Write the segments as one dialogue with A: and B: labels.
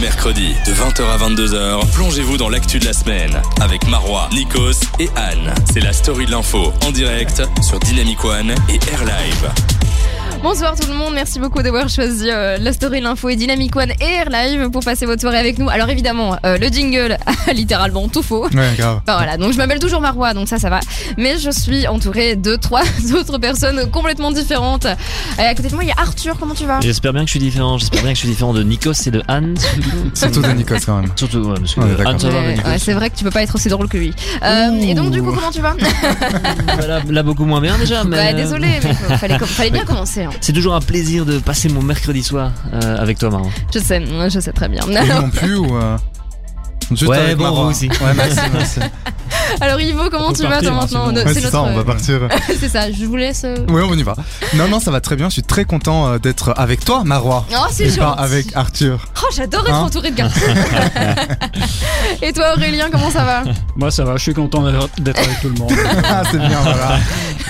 A: mercredis, de 20h à 22h, plongez-vous dans l'actu de la semaine avec Marois, Nikos et Anne. C'est la story de l'info en direct sur Dynamic One et Air Live.
B: Bonsoir tout le monde, merci beaucoup d'avoir choisi euh, la story, l'info et Dynamic One et Air Live pour passer votre soirée avec nous. Alors évidemment, euh, le jingle a littéralement tout faux.
C: Ouais, grave.
B: Enfin, voilà, donc je m'appelle toujours Marois, donc ça, ça va. Mais je suis entourée de trois autres personnes complètement différentes. Euh, à côté de moi, il y a Arthur, comment tu vas
D: J'espère bien que je suis différent. J'espère bien que je suis différent de Nikos et de Anne.
C: Surtout
B: Bah.
C: de Nikos quand même.
D: Surtout, ouais, parce que
C: Ouais, d'accord.
D: Anne, ça va, mais
B: Ouais,
D: Nikos,
B: ouais, C'est vrai que tu peux pas être aussi drôle que lui. Euh, et donc, du coup, comment tu vas
D: bah, là, là, beaucoup moins bien déjà. Mais... euh,
B: Bah, Désolé, mais faut- fallait, com- fallait bien commencer. hein.
D: C'est toujours un plaisir de passer mon mercredi soir euh, avec toi, Marois.
B: Je sais, je sais très bien.
C: Et nous non plus ou. euh, Juste
D: Ouais,
C: avec
D: bon,
C: Marois.
D: vous aussi.
C: Ouais, merci, merci.
B: Alors, Ivo, comment
D: On peut
B: tu vas
D: partir,
B: toi, maintenant
D: hein, c'est bon.
B: No-
C: Ouais,
B: C'est
C: c'est ça, on va
B: notre. euh,
C: partir.
B: C'est ça, je vous laisse. euh,
C: Ouais, on y va. Non, non, ça va très bien. Je suis très content euh, d'être avec toi, Marois.
B: Oh, c'est
C: Et
B: gentil.
C: pas avec Arthur.
B: Oh, j'adore être
C: Hein
B: entouré de garçons. Et toi, Aurélien, comment ça va
E: Moi ça va, je suis content d'être d'être avec tout le monde.
C: Ah, c'est bien, voilà.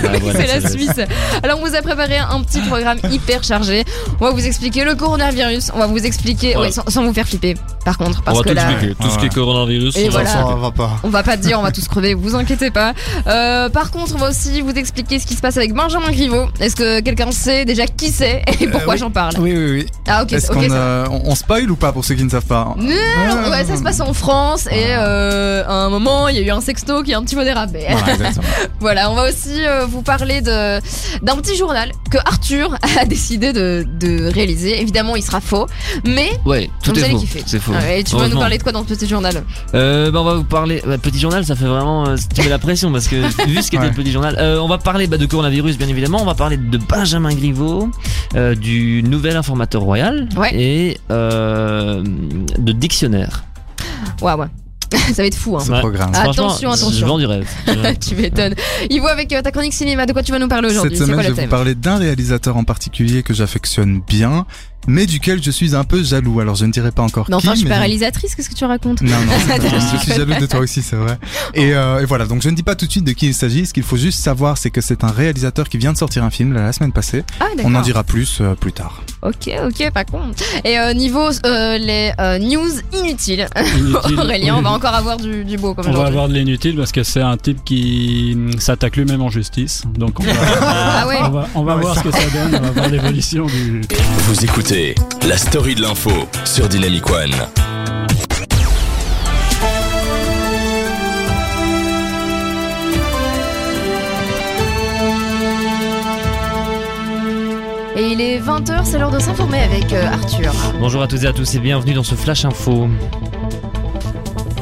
D: Bah, voilà,
B: C'est la
D: ça-
B: Suisse. Alors, on vous a préparé un petit programme hyper chargé. On va vous expliquer le coronavirus. On va vous expliquer,
F: Ouais.
B: ouais, sans, sans vous faire flipper. Par contre, parce
F: on va
B: que
F: tout
B: là.
F: expliquer, tout
C: Ah
F: ce qui est
C: ouais.
F: coronavirus.
B: Et
F: on va
B: voilà.
C: Ça va pas.
B: On va pas te dire, on va tous crever, vous inquiétez pas. Euh, par contre, on va aussi vous expliquer ce qui se passe avec Benjamin Griveaux. Est-ce que quelqu'un sait déjà qui c'est et pourquoi
C: oui.
B: j'en parle
C: Oui, oui, oui.
B: Ah, ok,
C: Est-ce
B: ok.
C: qu'on
B: ça-
C: euh, on, on spoil ou pas pour ceux qui ne savent pas hein
B: Non,
C: Ouais.
B: ouais, ça se passe en France et euh, à un moment il y a eu un sexto qui est un petit peu dérapé.
C: Voilà, exactement.
B: Voilà, on va aussi euh, vous parler de d'un petit journal que Arthur a décidé de, de réaliser. Évidemment, il sera faux, mais
D: Ouais, tout
B: vous
D: est
B: allez
D: faux.
B: kiffer.
D: C'est faux.
B: Ah ouais, et tu vas nous
D: Heureusement.
B: parler de quoi dans ce petit journal
D: Euh, bah, on va vous parler. bah, petit journal, ça fait vraiment. euh, tu mets la pression parce que vu ce qu'était
C: Ouais.
D: le petit journal, euh, on va parler bah, de coronavirus, bien évidemment. On va parler de Benjamin Griveaux, euh, du nouvel informateur royal
B: Ouais.
D: et euh, de dictionnaire.
B: Ouais, ouais. Ça va être fou, hein.
C: Ce
D: Ouais.
C: programme.
B: Attention,
D: Franchement,
B: attention.
D: Je vends du rêve. Je-
B: tu m'étonnes. Ivo, avec euh, ta chronique cinéma, de quoi tu vas nous parler
C: Cette
B: aujourd'hui C'est
C: semaine,
B: quoi
C: je
B: le
C: vais vous
B: thème
C: parler d'un réalisateur en particulier que j'affectionne bien, mais duquel je suis un peu jaloux. Alors, je Mm. ne dirai pas encore
B: Mais enfin,
C: qui,
B: je suis
C: mais-
B: pas réalisatrice, qu'est-ce que tu racontes
C: Non, non, c'est pas
B: D'accord.
C: juste, je suis jaloux de toi aussi, c'est vrai. Et, euh, et voilà, donc je ne dis pas tout de suite de qui il s'agit. Ce qu'il faut juste savoir, c'est que c'est un réalisateur qui vient de sortir un film là, la semaine passée.
B: Ah, d'accord.
C: On en dira plus euh, plus tard.
B: Ok, ok, pas con. Et euh, niveau euh, les euh, news inutiles,
C: Ah,
E: Inutile.
B: Aurélien, on va encore avoir du, du beau comme
E: On va
B: aujourd'hui.
E: avoir de l'inutile parce que c'est un type qui mm, s'attaque lui-même en justice. Donc on va,
B: Ah ouais.
E: on va, on va
C: Ouais,
E: voir ce que ça donne, on va voir l'évolution du. Ah
A: Vous écoutez la story de l'info sur Dynamic One.
B: Et il est 20h, c'est l'heure de s'informer avec euh, Arthur.
D: Bonjour à toutes et à tous et bienvenue dans ce Flash Info.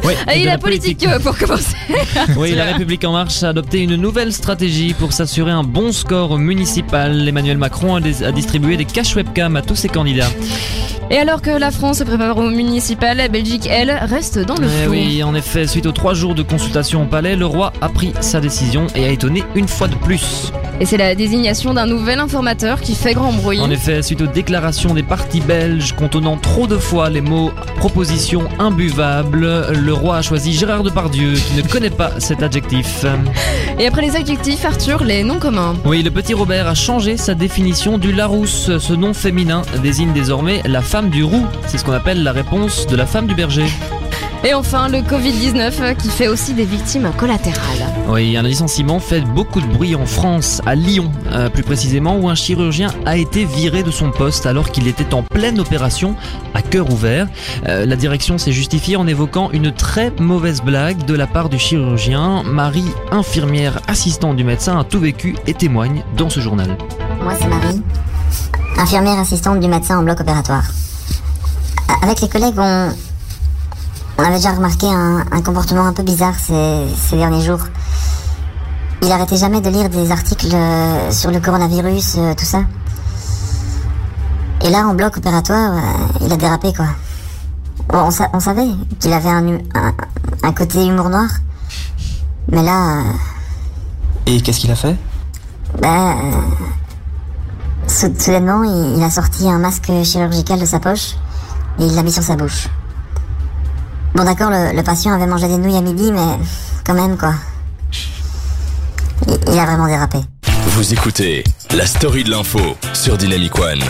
D: Ouais,
B: Et
D: de
B: la politique euh, pour commencer.
D: Oui, la République en marche a adopté une nouvelle stratégie pour s'assurer un bon score municipal. Emmanuel Macron a, dés- a distribué des caches webcam à tous ses candidats.
B: Et alors que la France se prépare au municipal, la Belgique, elle, reste dans le
D: Eh
B: flou.
D: oui, en effet, suite aux trois jours de consultation au palais, le roi a pris sa décision et a étonné une fois de plus.
B: Et c'est la désignation d'un nouvel informateur qui fait grand bruit.
D: En effet, suite aux déclarations des partis belges contenant trop de fois les mots proposition imbuvable, le roi a choisi Gérard Depardieu, qui ne connaît pas cet adjectif.
B: Et après les adjectifs, Arthur, les noms communs.
D: Oui, le petit Robert a changé sa définition du Larousse. Ce nom féminin désigne désormais la femme du roux. C'est ce qu'on appelle la réponse de la femme du berger.
B: Et enfin, le Covid-19 euh, qui fait aussi des victimes collatérales.
D: Oui, un licenciement fait beaucoup de bruit en France, à Lyon euh, plus précisément, où un chirurgien a été viré de son poste alors qu'il était en pleine opération à cœur ouvert. Euh, la direction s'est justifiée en évoquant une très mauvaise blague de la part du chirurgien. Marie, infirmière assistante du médecin, a tout vécu et témoigne dans ce journal.
G: Moi, c'est Marie, infirmière assistante du médecin en bloc opératoire. A- Avec les collègues, on, on avait déjà remarqué un, un comportement un peu bizarre ces, ces derniers jours. Il arrêtait jamais de lire des articles euh, sur le coronavirus, euh, tout ça. Et là, en bloc opératoire, euh, il a dérapé, quoi. Bon, on, sa- on savait qu'il avait un, hu- un- un côté humour noir. Mais là... euh,
H: Et qu'est-ce qu'il a fait
G: Bah, euh, sou- soudainement, il, il a sorti un masque chirurgical de sa poche et il l'a mis sur sa bouche. Bon, d'accord, le, le patient avait mangé des nouilles à midi, mais quand même, quoi. Il- il a vraiment dérapé.
A: Vous écoutez la story de l'info sur Dynamic One.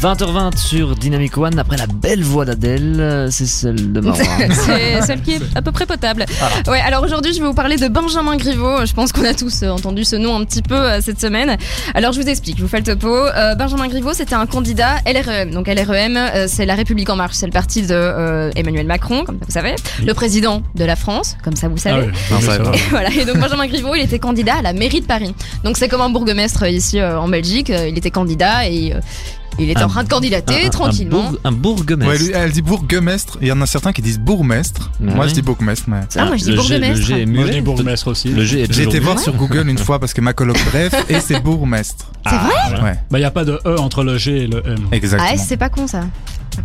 D: 20h20 sur Dynamic One, après la belle voix d'Adèle, euh, c'est celle de Marwa.
B: C'est celle qui est à peu près potable.
D: Ah.
B: Ouais, alors aujourd'hui, je vais vous parler de Benjamin Griveaux. Je pense qu'on a tous euh, entendu ce nom un petit peu euh, cette semaine. Alors, je vous explique, je vous fais le topo. Euh, Benjamin Griveaux, c'était un candidat LREM. Donc, LREM, euh, c'est La République En Marche. C'est le parti de euh, Emmanuel Macron, comme ça vous savez. Le président de la France, comme ça vous savez.
E: Ah ouais,
H: Non,
E: oui,
H: ça
E: ça
H: va.
E: va.
B: Et voilà. Et donc Benjamin Griveaux, il était candidat à la mairie de Paris. Donc c'est comme un bourgmestre euh, ici euh, en Belgique. Euh, Il était candidat et euh, il était
D: Un-
B: en train de
D: Un-
B: candidater
D: un- un
B: tranquillement.
D: bourg- Un bourgmestre.
C: Ouais, lui, elle dit bourgmestre. Il y en a certains qui disent bourgmestre.
D: Ouais.
C: Moi, je dis bourgmestre, mais.
B: Ah, moi, je dis
D: Le G-
B: bourgmestre.
D: Le G est
E: Moi, je
D: muet.
E: dis bourgmestre aussi.
D: Le G est
C: J'ai
D: toujours
C: été
D: muet.
C: voir sur Google une fois parce que ma coloc bref et c'est bourgmestre.
E: Ah, ouais.
C: Ouais,
E: Bah, il n'y a pas de E entre le G et le M.
B: Ah,
C: exactement.
B: c'est pas con ça.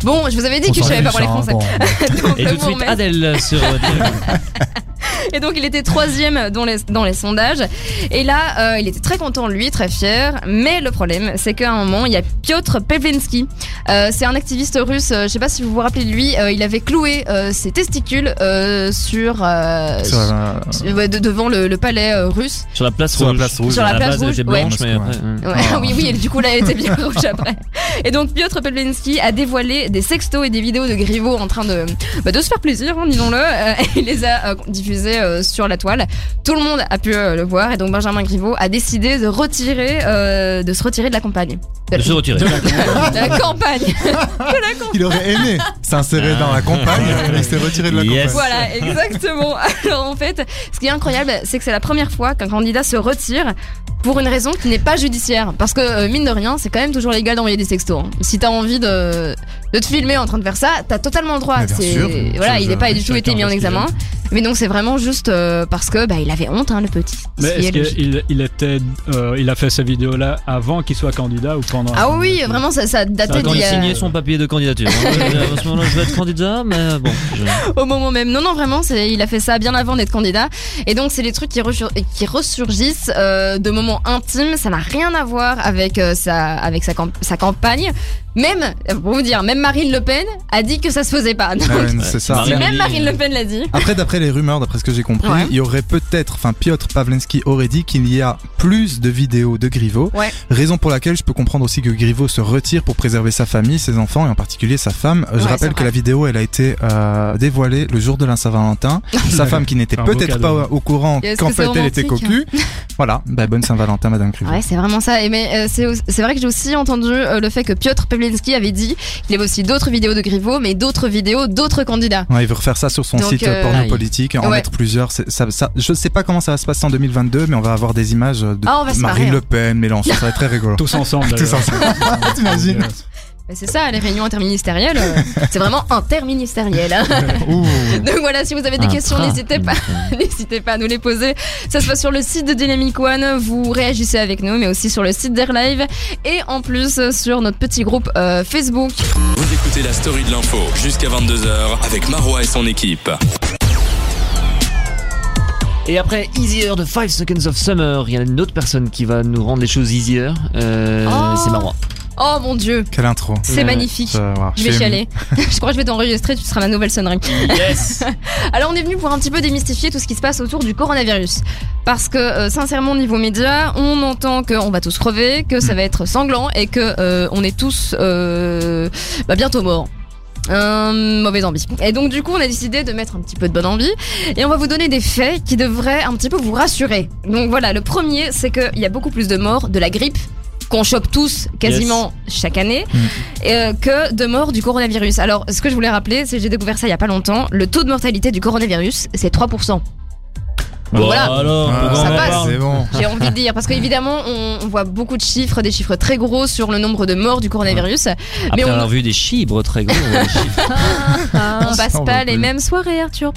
B: Bon, je vous avais dit
C: On
B: que je
C: s'en
B: savais pas
C: fiche,
B: parler
C: hein,
B: français.
C: bon.
B: Donc,
D: Et
B: le
D: tout de suite,
B: bourgmestre.
D: Ah, Adèle sur. euh,
B: Et donc il était troisième dans les, dans les sondages. Et là, euh, il était très content, lui, très fier. Mais le problème, c'est qu'à un moment, il y a Piotr Pevlensky. Euh, c'est un activiste russe, euh, je sais pas si vous vous rappelez de lui, euh, il avait cloué euh, ses testicules euh, sur... euh,
C: Sur la-
B: sur- ouais, de- devant le, le palais euh, russe.
D: Sur la place
C: Sur la
D: rouge.
C: place rouge.
B: Sur la
D: À
B: place
D: base, elle
B: rouge,
D: était
B: ouais.
D: blanche, mais après, hein.
B: Ouais,
C: Ah.
B: oui, oui, et du coup là, elle était bien rouge après. Et donc Piotr Pevlensky a dévoilé des sextos et des vidéos de Griveaux en train de, bah, de se faire plaisir, hein, disons-le. Euh, il les a euh, diffusés euh, sur la toile. Tout le monde a pu euh, le voir et donc Benjamin Griveaux a décidé de retirer, euh, de se retirer de la campagne.
D: De se retirer.
B: De la campagne.
C: Il aurait aimé s'insérer dans la campagne, mais il s'est retiré de la
D: Ah. Yes.
C: campagne.
B: Voilà, exactement. Alors en fait, ce qui est incroyable, c'est que c'est la première fois qu'un candidat se retire pour une raison qui n'est pas judiciaire. Parce que euh, mine de rien, c'est quand même toujours légal d'envoyer des sextos. hein. Si t'as envie de, de te filmer en train de faire ça, t'as totalement le droit.
C: Mais bien
B: C'est-
C: sûr.
B: voilà,
E: Ça,
B: il
E: je-
B: n'est pas du tout
E: chacun
B: été mis
E: fait
B: en
E: ce qu'il
B: examen. Mais donc c'est vraiment juste euh, parce que bah, il avait honte, hein, le petit.
E: Mais
B: Ce qui
E: est-ce
B: est logique.
E: qu'il il était, euh, il a fait ces vidéos-là avant qu'il soit candidat ou pendant la
B: Ah oui,
E: candidature
B: vraiment, ça, ça datait
D: Quand
B: d'il
D: il
B: y a-
D: signait son papier de candidature. hein. À ce moment-là, je vais être candidat, mais bon. je-
B: au moment même. Non, non, vraiment, c'est, il a fait ça bien avant d'être candidat. Et donc, c'est des trucs qui, resur- qui ressurgissent euh, de moments intimes. Ça n'a rien à voir avec, euh, sa, avec sa, camp- sa campagne. Même, euh, pour vous dire, même Marine Le Pen a dit que ça se faisait pas. Donc,
C: Ouais, c'est ça.
D: Marie-
B: même Marine Le Pen l'a dit.
C: Après, d'après les rumeurs, d'après ce que j'ai compris,
B: Ouais.
C: il y aurait peut-être, enfin, Piotr Pavlensky aurait dit qu'il y a plus de vidéos de Griveaux.
B: Ouais.
C: Raison pour laquelle je peux comprendre aussi que Griveaux se retire pour préserver sa famille, ses enfants et en particulier sa femme. Euh, Je
B: Ouais, c'est
C: rappelle que
B: vrai.
C: la vidéo, elle a été euh, dévoilée le jour de la Saint-Valentin. sa femme qui n'était
E: Un beau
C: peut-être pas
E: cadeau.
C: au courant
B: Est-ce
C: qu'en
B: que c'est
C: fait elle était
B: romantique hein
C: cocu. voilà, bah, bonne Saint-Valentin, Madame Griveaux.
B: Ouais, c'est vraiment ça. Et mais euh, c'est au- c'est vrai que j'ai aussi entendu euh, le fait que Piotr Pevlensky avait dit qu'il avait aussi d'autres vidéos de Griveaux, mais d'autres vidéos d'autres candidats.
C: Ouais, il veut refaire ça sur son
B: Donc,
C: site
B: euh,
C: porno
D: aïe.
C: politique, en
B: Ouais.
C: mettre plusieurs. c'est- Ça, ça, je sais pas comment ça va se passer en 2022, mais on va avoir des images euh, de
B: Ah, on va se marrer,
C: Marine
B: hein.
C: Le Pen, Mélenchon, ça va être très rigolo.
E: Tous ensemble.
C: Tous
E: d'ailleurs. euh,
C: ensemble. T'imagines
B: Mais c'est ça, les réunions interministérielles, euh, c'est vraiment interministériel. hein.
C: Ouh.
B: Donc voilà, si vous avez des
D: Un
B: questions,
D: train.
B: n'hésitez pas. N'hésitez pas à nous les poser. Ça se passe sur le site de Dynamic One. Vous réagissez avec nous, mais aussi sur le site d'Airlive et en plus euh, sur notre petit groupe euh, Facebook.
A: Vous écoutez la story de l'info jusqu'à 22h avec Marois et son équipe.
D: Et après Easier de 5 Seconds of Summer, il y a une autre personne qui va nous rendre les choses easier. Euh,
B: Oh.
D: C'est marrant.
B: Oh mon dieu,
C: Quelle intro.
B: c'est
D: Ouais,
B: magnifique.
C: Ça va,
B: Je vais
C: chez-
B: chialer. je crois que je vais t'enregistrer, tu seras ma nouvelle sonnerie.
D: Yes
B: Alors on est venu pour un petit peu démystifier tout ce qui se passe autour du coronavirus. Parce que euh, sincèrement au niveau média, on entend qu'on va tous crever, que ça va être sanglant et que euh, on est tous euh, bah, bientôt morts. Un mauvais envie. Et donc du coup, on a décidé de mettre un petit peu de bonne envie et on va vous donner des faits qui devraient un petit peu vous rassurer. Donc voilà, le premier, c'est qu'il y a beaucoup plus de morts de la grippe qu'on chope tous quasiment chaque année
C: Mm.
B: euh, que de morts du coronavirus. Alors, ce que je voulais rappeler, c'est que j'ai découvert ça il y a pas longtemps, le taux de mortalité du coronavirus, c'est 3%.
D: Bon,
B: Voilà.
D: alors,
C: Ah,
D: pourquoi
B: Ça
D: on en
B: passe.
D: parle
C: C'est bon.
B: J'ai envie de dire, parce qu'évidemment, on, on voit beaucoup de chiffres, des chiffres très gros sur le nombre de morts du coronavirus.
D: Après
B: Mais on-
D: avoir vu des chibres très gros, ouais, chibres.
B: on passe
C: Ça, on
B: pas
C: veut
B: les
C: plus.
B: mêmes soirées, Arthur.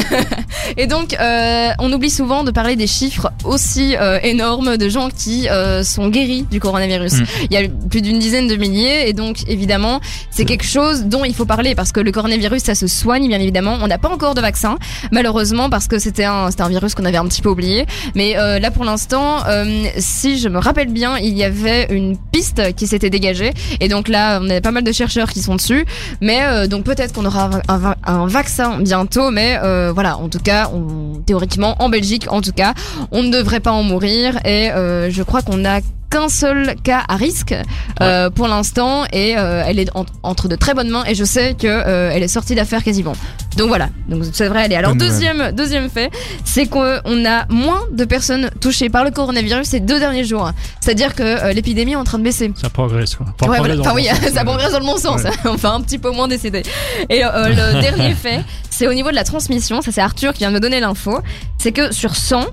B: et donc, euh, on oublie souvent de parler des chiffres aussi euh, énormes de gens qui euh, sont guéris du coronavirus.
C: Mm.
B: Il y a plus d'une dizaine de milliers, et donc évidemment, c'est quelque chose dont il faut parler parce que le coronavirus, ça se soigne, bien évidemment. On n'a pas encore de vaccin, malheureusement, parce que c'était un, c'était un virus qu'on avait un petit peu oublié. Mais euh, là, pour l'instant, euh, si je me rappelle bien, il y avait une piste qui s'était dégagée, et donc là, on a pas mal de chercheurs qui sont dessus. Mais euh, donc peut-être qu'on aura un, va- un vaccin bientôt, mais euh, voilà, en tout cas, on, théoriquement, en Belgique, en tout cas, on ne devrait pas en mourir. Et euh, je crois qu'on a qu'un seul cas à risque euh, pour l'instant et euh, elle est en- entre de très bonnes mains et je sais que euh, elle est sortie d'affaires quasiment. Donc voilà, donc c'est vrai elle est. Alors
C: Bonne nouvelle.
B: deuxième deuxième fait, c'est qu'on on a moins de personnes touchées par le coronavirus ces deux derniers jours. C'est-à-dire que euh, l'épidémie est en train de baisser.
E: Ça progresse quoi. Enfin,
B: Ouais, voilà.
E: progresse dans
B: Enfin
E: le
B: oui,
E: bon sens,
B: ça
E: mais-
B: progresse dans le bon sens. hein.
E: Ouais.
B: enfin, un petit peu moins décédé. Et euh, le dernier fait, c'est au niveau de la transmission. Ça, c'est Arthur qui vient de me donner l'info. C'est que sur 100,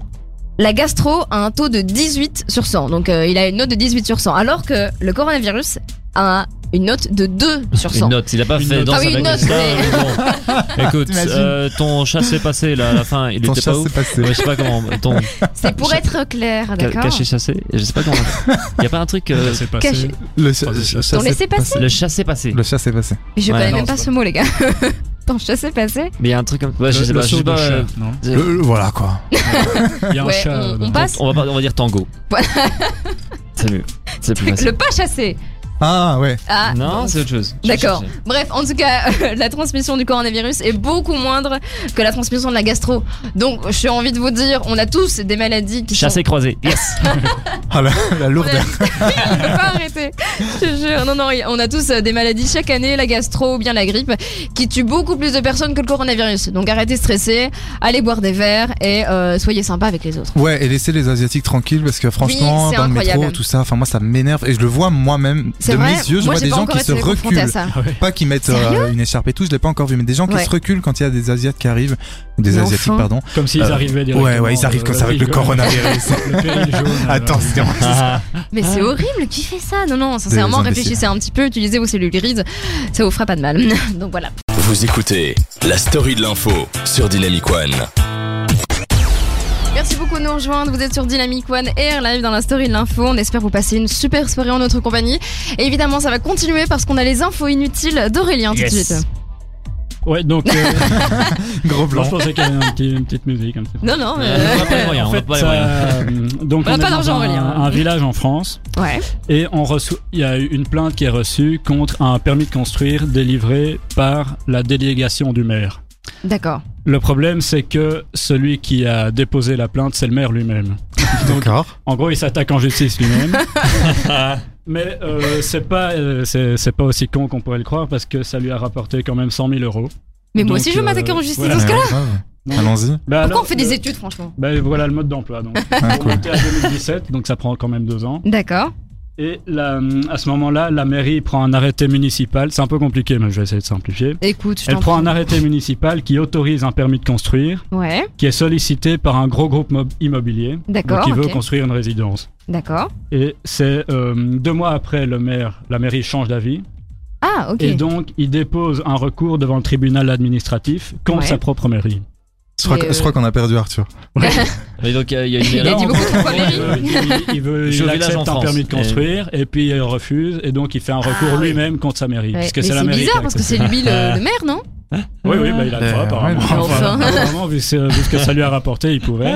B: la gastro a un taux de 18 sur 100. Donc, euh, il a une note de 18 sur 100. Alors que le coronavirus a une note de 2 sur 100.
D: Une note, il a pas
E: Ah, Une
D: fait
E: note.
D: danse
B: Ah oui, une
D: avec
B: note,
D: les stars, mais bon. Écoute,
C: T'imagines.
D: euh, ton chat s'est passé là, à la fin, il
C: Ton
D: était
C: chat
D: pas où
C: s'est passé.
D: Ouais, Je sais pas comment. Ton
B: C'est pour être clair,
D: ca-
B: Ah, d'accord
D: caché chassé Je sais pas comment. Il y a pas un truc. euh,
E: Ça s'est passé.
B: Caché.
C: Le chat,
E: Attendez,
C: le
E: ça-
C: chat
B: T'en
C: s'est
B: laissais passer
D: le chat s'est passé.
C: Le chat s'est passé.
B: Mais Je
D: Ouais,
B: connais
E: non,
B: même pas
E: c'est
B: ce mot, les gars. T'en chassais passer
D: Mais il y a un truc comme. Ouais, je
E: Le-
D: sais
E: le
D: pas. Je
E: saut
D: sais
E: de
D: pas. euh,
E: chat, non
C: Le- le- voilà quoi.
E: Il y a un
B: Ouais,
E: chat.
B: on-
E: euh,
B: on
E: dans-
B: passe.
D: on, va pas- on va dire tango.
B: Voilà.
D: C'est mieux. C'est plus
B: Le
D: facile.
B: pas chassé.
C: Ah ouais.
B: Ah,
D: Non,
B: bon.
D: c'est autre chose. Je
B: D'accord.
D: cherchais.
B: Bref, en tout cas, la transmission du coronavirus est beaucoup moindre que la transmission de la gastro. Donc, je suis envie de vous dire, on a tous des maladies qui
D: Chassé croisé. Yes.
C: Ah la, la
B: sont...
C: lourde.
B: on peut pas arrêter. Je te jure. Non, non, on a tous euh, des maladies chaque année, la gastro ou bien la grippe, qui tuent beaucoup plus de personnes que le coronavirus. Donc, arrêtez de stresser, allez boire des verres et euh, soyez sympa avec les autres.
C: Ouais, et laisser les Asiatiques tranquilles parce que franchement,
B: c'est
C: dans le
B: incroyable.
C: métro, tout ça, enfin moi ça m'énerve et je le vois moi-même
B: C'est
C: de
B: vrai,
C: mes yeux, je
B: moi
C: vois
B: j'ai
C: des
B: pas
C: gens
B: encore
C: qui se
B: été confrontée à
C: reculent.
B: ça.
C: Pas qui mettent euh, une écharpe et tout, je l'ai pas encore vu, mais des gens qui
B: Ouais.
C: se reculent quand il y a des Asiates qui arrivent, ou des
B: Mais
C: Asiatiques,
B: enfin.
C: pardon.
E: Comme s'ils
D: Ah.
C: Euh,
E: arrivaient directement.
C: Ouais, ouais, ils arrivent
E: euh,
C: comme ça avec le
E: péril jaune.
C: coronavirus.
E: Le péril jaune. euh,
C: Attention.
D: Ah,
B: Mais c'est horrible, qui fait ça Non, non, sincèrement,
C: imbéciles.
B: réfléchissez un petit peu, utilisez vos cellules grises, ça vous fera pas de mal. Donc voilà.
A: Vous écoutez la story de l'info sur Dynamic One.
B: Merci beaucoup de nous rejoindre. Vous êtes sur Dynamic One Air live dans la story de l'info. On espère vous passer une super soirée en notre compagnie. Et évidemment, ça va continuer parce qu'on a les infos inutiles d'Aurélien tout de
D: Yes.
B: suite.
E: Ouais, donc. euh,
C: Gros
E: non,
C: blanc.
E: je pensais qu'il y avait un petit- une petite musique. comme ça.
B: Non, non, mais-
D: euh, on va pas les moyens,
E: En
D: on va
E: fait,
D: pas les moyens.
E: euh, donc
B: On a pas
E: on est dans
B: d'argent,
E: un,
B: Aurélien.
D: hein.
E: un village en France
B: euh, Ouais.
E: et on reçoit, il y a eu une plainte qui est reçue contre un permis de construire délivré par la délégation du maire.
B: D'accord.
E: Le problème, c'est que celui qui a déposé la plainte, c'est le maire lui-même.
C: D'accord.
E: En gros, il s'attaque en justice lui-même. Mais euh, c'est pas, euh, c'est c'est pas aussi con qu'on pourrait le croire parce que ça lui a rapporté quand même 100 000 euros.
B: Mais moi
E: Donc,
B: aussi, je veux
E: euh,
B: m'attaquer en justice
E: voilà.
B: dans ce cas-là.
C: Ouais, ouais. Allons-y.
E: Bah
B: Pourquoi
E: alors,
B: on fait des
E: euh,
B: études, franchement
E: bah voilà le mode d'emploi. Donc,
C: Ah,
E: on
C: cool.
E: était à 2017, donc ça prend quand même deux ans.
B: D'accord.
E: Et la- à ce moment-là, la mairie prend un arrêté municipal. C'est un peu compliqué, mais je vais essayer de simplifier.
B: Écoute, je
E: Elle
B: t'en
E: prend un
B: prie.
E: arrêté municipal qui autorise un permis de construire
B: Ouais,
E: qui est sollicité par un gros groupe mob- immobilier
B: D'accord,
E: qui veut
B: ok.
E: construire une résidence.
B: d'accord.
E: Et c'est euh, deux mois après, le maire, la mairie change d'avis.
B: Ah, ok.
E: Et donc, il dépose un recours devant le tribunal administratif contre
B: Ouais.
E: sa propre mairie.
C: Je crois,
B: Mais,
C: que- je
B: euh,
C: crois qu'on a perdu Arthur.
D: Mais donc, euh, il y a une
B: Il a
D: erreur.
B: dit beaucoup trop quoi,
E: Euh, Il veut-
B: mairie
E: il, veut,
D: Je
E: il
D: village
E: accepte
D: en
E: un
D: France.
E: permis de construire et puis il refuse et donc il fait un recours
B: oui.
E: lui-même contre sa mairie.
B: Ah Ouais.
E: Parce que Euh.
B: Mais
E: c'est la
B: c'est
E: mairie qui
B: bizarre
E: a
B: parce que c'est
E: accepté.
B: lui le, le maire, non
E: Oui, oui, bah, il a le droit,
C: Euh,
E: apparemment.
C: ouais,
B: Enfin.
E: apparemment, vu, ce- vu ce que ça lui a rapporté, il pouvait.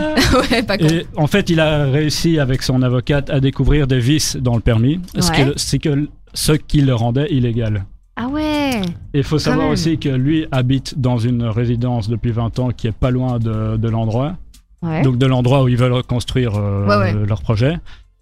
B: Ouais, pas con.
E: Et en fait, il a réussi avec son avocate à découvrir des vices dans le permis, ce,
B: Ouais.
E: que, ce que- ce qui le rendait illégal.
B: Ah ouais.
E: Et il faut savoir
B: même.
E: aussi que lui habite dans une résidence depuis 20 ans qui est pas loin de, de l'endroit,
B: Ouais.
E: donc de l'endroit où ils veulent reconstruire euh,
B: Ouais, ouais.
E: leur projet.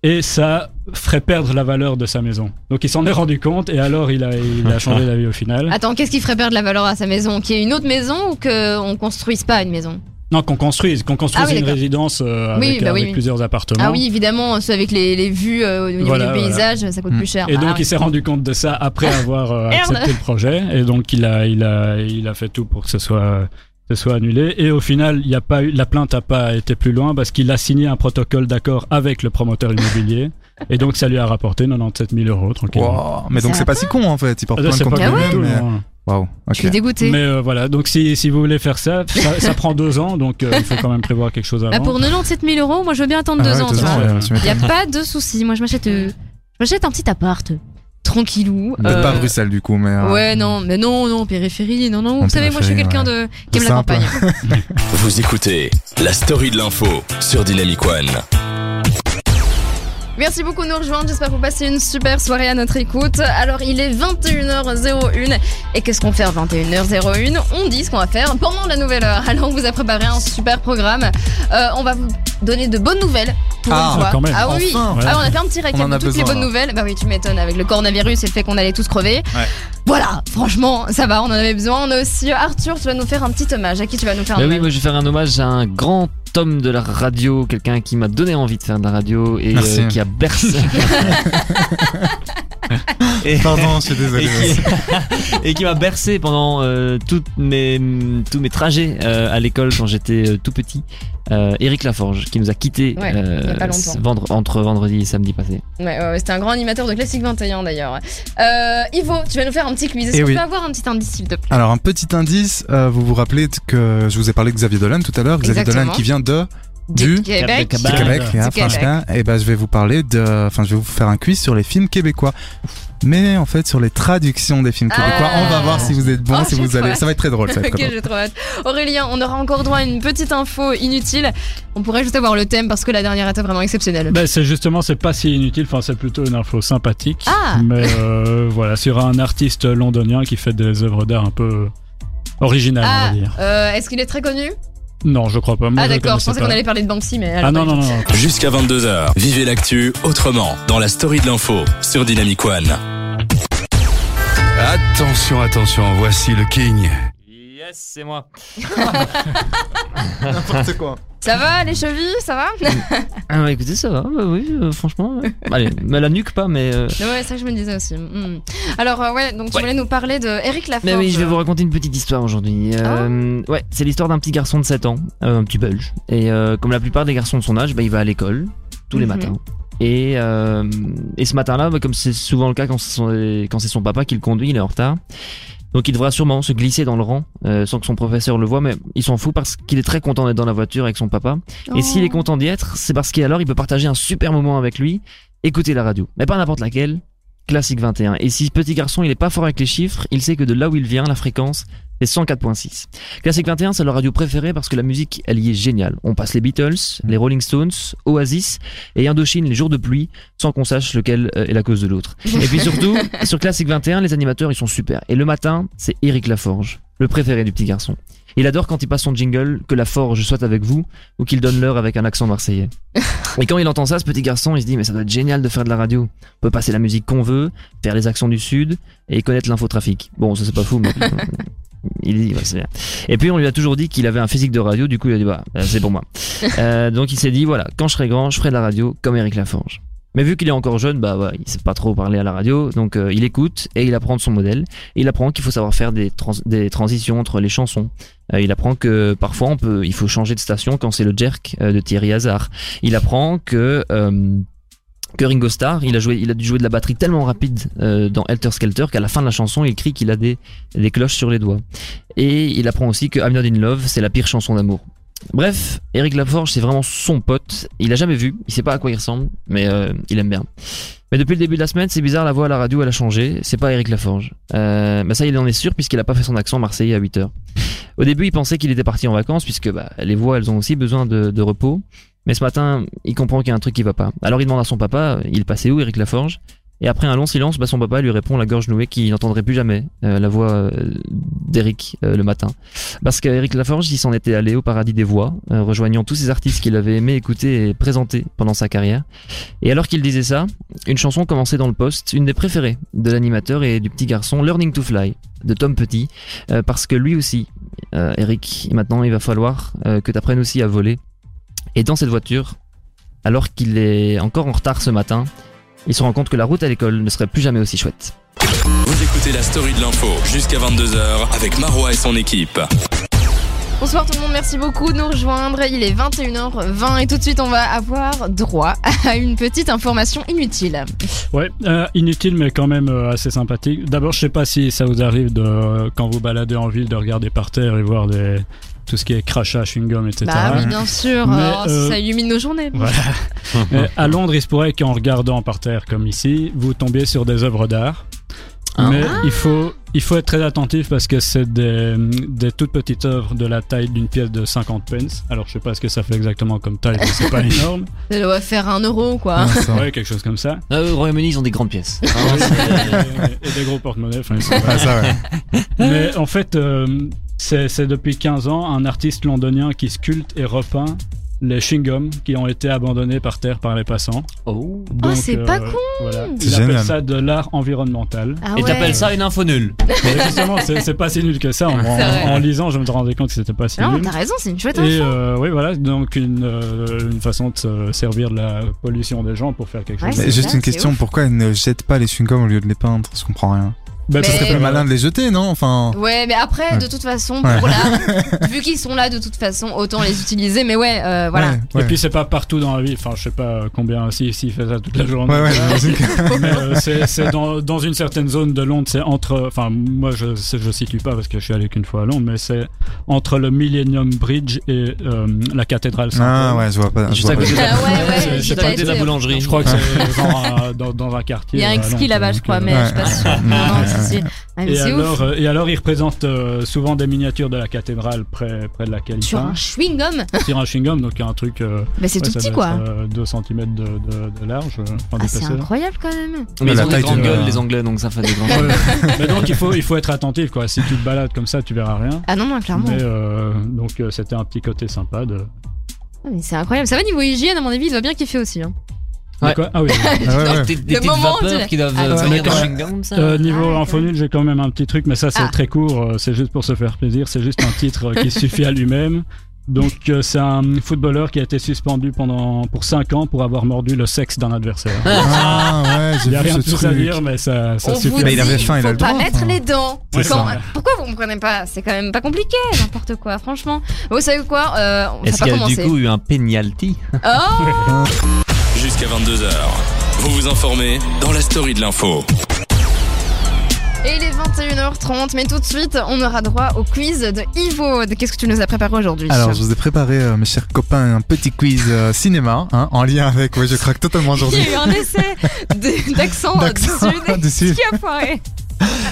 E: Et ça ferait perdre la valeur de sa maison. Donc il s'en est rendu compte et alors il a, il a changé d'avis au final.
B: Attends, qu'est-ce qui ferait perdre la valeur à sa maison Qu'il y ait une autre maison ou qu'on construise pas une maison
E: Non, qu'on construise, qu'on construise
B: Ah oui,
E: une
B: d'accord.
E: résidence euh,
B: Oui,
E: avec,
B: bah oui,
E: avec
B: oui.
E: plusieurs appartements.
B: Ah oui, évidemment, ceux avec les, les vues euh, au niveau
E: Voilà,
B: du
E: voilà.
B: paysage, ça coûte
D: Mm.
B: plus cher.
E: Et
B: Bah,
E: donc
B: ouais.
E: il s'est rendu compte de ça après avoir euh,
B: Merde.
E: accepté le projet. Et donc il a, il a, il a fait tout pour que ce soit, ce soit annulé. Et au final, il y a pas eu, la plainte n'a pas été plus loin parce qu'il a signé un protocole d'accord avec le promoteur immobilier. et donc ça lui a rapporté 97 000 euros tranquillement.
C: Wow. Mais donc
B: Ça
C: c'est pas si con en fait. Il porte
E: Ah,
C: plein de
E: c'est pas
C: contre
E: connu
C: lui,
E: du tout,
C: mais-
E: non.
C: Waouh.
B: Je suis
C: Ok.
B: dégoûtée.
E: Mais euh, voilà, donc si, si vous voulez faire ça, ça, ça prend deux ans, donc euh, il faut quand même prévoir quelque chose
B: Bah,
E: avant.
B: pour 97 000 euros, moi je veux bien attendre
C: Ah
B: deux
C: ouais,
B: ans.
C: deux
B: tu vois.
E: vois.
C: ouais, tu
B: Il
C: m'étonnes.
B: n'y a pas de souci. Moi je m'achète euh, je m'achète un petit appart. euh, Tranquillou.
C: Peut-être
B: euh,
C: pas à Bruxelles du coup, mais. euh,
B: Ouais, non, mais non, non, périphérie, non, non.
C: En
B: Vous savez, moi je suis quelqu'un
C: périphérie,
B: de qui aime la
C: simple.
B: campagne.
A: Vous écoutez la story de l'info sur Dynamic One.
B: Merci beaucoup de nous rejoindre. J'espère que vous passez une super soirée à notre écoute. Alors, il est 21h01. Et qu'est-ce qu'on fait à 21h01 On dit ce qu'on va faire pendant la nouvelle heure. Alors, on vous a préparé un super programme. Euh, on va vous donner de bonnes nouvelles, pour
C: Ah,
B: une fois.
E: quand même.
B: Ah oui,
C: Enfin.
B: oui. Ah, on a fait un petit
C: On
B: récap
C: en
B: de
C: a
B: toutes
C: besoin,
B: les bonnes
C: là.
B: nouvelles. Bah oui, tu m'étonnes avec le coronavirus et le fait qu'on allait tous crever.
C: Ouais.
B: Voilà, franchement, ça va, on en avait besoin. On a aussi euh, Arthur, tu vas nous faire un petit hommage. À qui tu vas nous faire un
D: Bah oui,
B: hommage
D: moi je vais faire un hommage à un grand homme de la radio, quelqu'un qui m'a donné envie de faire de la radio et euh,
C: Merci.
D: qui a bercé et,
C: Pardon, je suis
D: et
C: désolé.
D: qui, et qui m'a bercé pendant euh, toutes mes, tous mes trajets euh, à l'école quand j'étais euh, tout petit. Euh, Eric Laforge qui nous a quittés
B: Ouais, il y a pas longtemps.
D: ce vendre- entre vendredi et samedi passé.
B: Ouais, ouais, ouais, c'était un grand animateur de Classique 21 d'ailleurs. Euh, Ivo, tu vas nous faire un petit quiz. Est-ce
C: Eh
B: qu'on
C: oui.
B: peut avoir un petit indice, s'il te plaît
C: Alors un petit indice, euh, vous vous rappelez que je vous ai parlé de Xavier Dolan tout à l'heure, Xavier
B: Exactement.
C: Dolan qui vient de
B: Du
C: Du
B: Québec.
E: Cap de
C: du
E: Bah,
C: Québec,
E: du
C: hein,
B: Québec.
C: franchement. Et ben je vais vous parler de, enfin je vais vous faire un quiz sur les films québécois, mais en fait sur les traductions des films
B: Ah.
C: québécois. On va voir si vous êtes bon,
B: Oh,
C: si
B: j'ai
C: vous
B: trop
C: allez,
B: hâte.
C: ça va être très drôle, ça va être
B: Ok,
C: très drôle.
B: j'ai trop hâte. Aurélien, on aura encore droit à une petite info inutile. On pourrait juste avoir le thème parce que la dernière était vraiment exceptionnelle.
E: Ben, c'est justement, c'est pas si inutile, enfin, c'est plutôt une info sympathique.
B: Ah.
E: Mais euh, voilà, sur un artiste londonien qui fait des œuvres d'art un peu originales, on
B: ah,
E: va dire.
B: euh, est-ce qu'il est très connu
E: Non, je crois pas. Moi,
B: Ah
E: je le
B: d'accord, je
E: connaissais
B: pensais
E: pas.
B: qu'on allait parler de Banksy, mais...
E: Ah non, non, non.
A: Jusqu'à 22h, vivez l'actu autrement dans la story de l'info sur Dynamic One.
F: Attention, attention, voici le King.
D: Yes, c'est moi.
C: N'importe quoi.
B: Ça va, les chevilles, ça va
D: Ah, bah, écoutez, ça va, bah oui, euh, franchement. ouais. Allez, mais la nuque pas, mais. euh,
B: Ouais, ça je me disais aussi. Hmm. Alors, euh, ouais, donc tu
D: Ouais.
B: voulais nous parler de Eric Laforge.
D: Mais oui, je vais vous raconter une petite histoire aujourd'hui. Euh, Ouais, c'est l'histoire d'un petit garçon de 7 ans, euh, un petit belge. Et euh, comme la plupart des garçons de son âge, bah, il va à l'école tous les
B: Mhm.
D: matins. Et, euh, et ce matin-là, bah, comme c'est souvent le cas quand c'est son, quand c'est son papa qui le conduit, il est en retard. Donc il devra sûrement se glisser dans le rang euh, sans que son professeur le voie, mais il s'en fout parce qu'il est très content d'être dans la voiture avec son papa. Et s'il est content d'y être, c'est parce qu'alors il peut partager un super moment avec lui, écouter la radio. Mais pas n'importe laquelle, classique 21. Et si ce petit garçon il est pas fort avec les chiffres, il sait que de là où il vient, la fréquence, c'est 104.6. Classique 21, c'est leur radio préférée parce que la musique, elle y est géniale. On passe les Beatles, les Rolling Stones, Oasis et Indochine les jours de pluie, sans qu'on sache lequel euh, est la cause de l'autre. Et puis surtout, sur Classic 21, les animateurs, ils sont super. Et le matin, c'est Eric Laforge, le préféré du petit garçon. Il adore quand il passe son jingle, que la forge soit avec vous, ou qu'il donne l'heure avec un accent marseillais. Et quand il entend ça, ce petit garçon, il se dit, mais ça doit être génial de faire de la radio. On peut passer la musique qu'on veut, faire les accents du sud, et connaître l'infotrafic. Bon, ça c'est pas fou, mais... Il dit, ouais, c'est bien. Et puis on lui a toujours dit qu'il avait un physique de radio, du coup il a dit, bah, euh, c'est pour moi. Euh, donc il s'est dit, voilà, quand je serai grand, je ferai de la radio comme Eric Laforge. Mais vu qu'il est encore jeune, bah ouais, il sait pas trop parler à la radio, donc euh, il écoute et il apprend de son modèle. Et il apprend qu'il faut savoir faire des, trans- des transitions entre les chansons. Euh, il apprend que parfois on peut, il faut changer de station quand c'est le jerk euh, de Thierry Hazard. Il apprend que euh, que Ringo Starr, il a joué, il a dû jouer de la batterie tellement rapide euh, dans Helter Skelter qu'à la fin de la chanson, il crie qu'il a des des cloches sur les doigts. Et il apprend aussi que I'm Not in Love, c'est la pire chanson d'amour. Bref, Eric Laforge, c'est vraiment son pote. Il a jamais vu, il sait pas à quoi il ressemble, mais euh, il aime bien. Mais depuis le début de la semaine, c'est bizarre, la voix à la radio, elle a changé. C'est pas Eric Laforge. Euh, bah ça, il en est sûr, puisqu'il a pas fait son accent marseillais à 8 heures. Au début, il pensait qu'il était parti en vacances, puisque bah, les voix, elles ont aussi besoin de, de repos. Mais ce matin, il comprend qu'il y a un truc qui va pas. Alors il demande à son papa, il passait où, Eric Laforge Et après un long silence, bah, son papa lui répond, la gorge nouée, qu'il n'entendrait plus jamais euh, la voix euh, d'Eric euh, le matin. Parce qu'Eric Laforge, il s'en était allé au paradis des voix, euh, rejoignant tous ces artistes qu'il avait aimé écouter et présenter pendant sa carrière. Et alors qu'il disait ça, une chanson commençait dans le poste, une des préférées de l'animateur et du petit garçon, Learning to Fly, de Tom Petit, euh, parce que lui aussi, euh, Eric, maintenant il va falloir euh, que tu apprennes aussi à voler. Et dans cette voiture, alors qu'il est encore en retard ce matin, il se rend compte que la route à l'école ne serait plus jamais aussi chouette.
A: Vous écoutez la story de l'info jusqu'à 22h avec Marois et son équipe.
B: Bonsoir tout le monde, merci beaucoup de nous rejoindre. Il est 21h20 et tout de suite on va avoir droit à une petite information inutile.
E: Ouais, euh, inutile mais quand même euh, assez sympathique. D'abord, je sais pas si ça vous arrive de euh, quand vous baladez en ville de regarder par terre et voir des tout ce qui est crachat, chewing-gum, etc.
B: Bah oui, bien sûr,
E: Mais,
B: Oh,
E: euh,
B: ça illumine nos journées.
E: Voilà. Euh, à Londres, il se pourrait qu'en regardant par terre comme ici, vous tombiez sur des œuvres d'art.
D: Hein
E: Mais il, faut, il faut être très attentif parce que c'est des, des toutes petites œuvres de la taille d'une pièce de 50 pence. Alors je sais pas ce que ça fait exactement comme taille, mais c'est pas énorme.
B: Ça doit faire un euro quoi.
C: Ah, ça.
E: Ouais, quelque chose comme ça.
D: Euh, au Royaume-Uni, ils ont des grandes pièces.
E: et, et des gros porte-monnaie. enfin, ils sont-
C: Ah, ça, ouais.
E: Mais en fait, euh, c'est c'est depuis 15 ans un artiste londonien qui sculpte et repeint les chewing-gums qui ont été abandonnés par terre par les passants.
D: Oh.
E: Donc,
B: Ah,
E: euh,
B: c'est pas con.
E: voilà.
C: C'est
E: Il appelle
C: génial.
E: ça de l'art environnemental.
B: Ah
D: Et
B: ouais.
D: t'appelles ça une info nulle
E: Mais justement, c'est c'est pas si nul que ça. En, en-
B: vrai.
E: en lisant, je me rendais compte que c'était pas si
B: Non,
E: nul.
B: t'as raison, c'est une chouette
E: Et
B: info.
E: euh, oui, voilà, donc une, euh, une façon de se servir de la pollution des gens pour faire quelque
B: Ouais,
E: chose.
C: Mais
B: c'est
C: juste
B: ça,
C: une
B: c'est
C: question, pourquoi elle ne jette pas les chewing-gums au lieu de les peindre Je comprends rien.
E: Bah,
B: Mais-
E: parce
C: Ce
E: que
C: serait plus
E: euh,
C: malin de les jeter, non Enfin.
B: Ouais, mais après,
C: Ouais.
B: de toute façon,
C: Ouais.
B: pour là, vu qu'ils sont là, de toute façon, autant les utiliser. Mais ouais, euh, voilà.
C: Ouais, ouais.
E: Et puis c'est pas partout dans la vie, enfin je sais pas combien, si, si il fait ça toute la journée.
C: Ouais, ouais, j'imagine que-
E: Mais euh, c'est c'est dans, dans une certaine zone de Londres, c'est entre, enfin moi je je situe pas parce que je suis allé qu'une fois à Londres, mais c'est entre le Millennium Bridge et euh, la cathédrale Saint-Paul.
C: Ah ouais, je vois pas. je
D: Juste
C: vois
D: à
C: pas.
D: côté de la-
B: Ah ouais, ouais,
D: juste
E: j'y
D: à côté de la
B: étais.
D: boulangerie.
E: Je crois que c'est genre un- dans, dans un quartier.
B: Il y a
E: à
B: un ski
E: Londres,
B: là-bas, je
E: donc,
B: crois,
E: euh,
B: mais
C: ouais.
B: je suis pas sûre.
C: Ouais,
B: Non, non,
C: ouais,
B: si, si.
C: ouais.
B: Ah, mais
E: Et
B: c'est
E: alors,
B: ouf.
E: euh, et alors, ils représentent euh, souvent des miniatures de la cathédrale près, près de laquelle ils
B: Sur un
E: peint,
B: chewing-gum
E: sur un chewing-gum, donc il y a un truc. euh,
B: Mais c'est
E: ouais,
B: tout
E: ça
B: petit,
E: doit
B: quoi.
E: être, euh, 2 cm de, de- de large, euh, enfin
B: Ah, c'est
E: d'épaisseur.
B: incroyable, quand même.
D: Mais ils
C: La
D: ont des
C: taille
D: grandes
C: d'une-
D: gueules, les Anglais, donc ça fait des grandes gueules.
E: Ouais. Mais donc il faut, il faut être attentif quoi. Si tu te balades comme ça, tu verras rien.
B: Ah non, non, clairement.
E: Mais euh, donc euh, c'était un petit côté sympa de.
B: Ah, mais c'est incroyable. Ça va niveau hygiène, à mon avis, il doit bien kiffer aussi. hein.
E: De quoi ah oui.
C: Ah ouais, ouais.
D: Des, des
B: Le
D: petites
B: moment, on
D: vapeurs
B: dirait.
D: qui doivent
B: Ah,
D: euh, venir
E: d'accord.
D: d'un chewing-gum comme ça.
E: Euh, niveau
B: Ah,
E: info nul, j'ai quand même un petit truc, mais ça c'est
B: Ah.
E: très court. euh, c'est juste pour se faire plaisir. C'est juste un titre euh, qui suffit à lui-même. Donc euh, c'est un footballeur qui a été suspendu pendant pour 5 ans pour avoir mordu le sexe d'un adversaire.
C: Ah ouais,
E: Il y
C: j'ai
E: a rien
C: vu
E: de
C: ce
E: plus à dire,
C: truc.
E: mais ça, ça
B: On vous
E: suffit.
C: Mais il avait
B: dit,
C: faim, il
B: faut
C: a le
B: pas
C: droit,
B: mettre
C: enfin.
B: les dents.
E: C'est
B: Quand-
E: ça.
B: Pourquoi vous me prenez pas C'est quand même pas compliqué, n'importe quoi, franchement. Vous savez quoi euh, On va
D: Est-ce
B: pas
D: qu'il y a du
B: commencer.
D: coup eu un penalty
B: Oh
A: Jusqu'à 22h. Vous vous informez dans la story de l'info.
B: Et il est 21h30, mais tout de suite, on aura droit au quiz de Ivo. De- Qu'est-ce que tu nous as préparé aujourd'hui
C: Alors, je vous ai préparé, euh, mes chers copains, un petit quiz euh, cinéma, hein, en lien avec. Ouais, je craque totalement
B: Il
C: aujourd'hui.
B: y a eu un essai de- d'accent euh, du
C: D'accent
B: sud
C: du sud.
B: qui a foiré.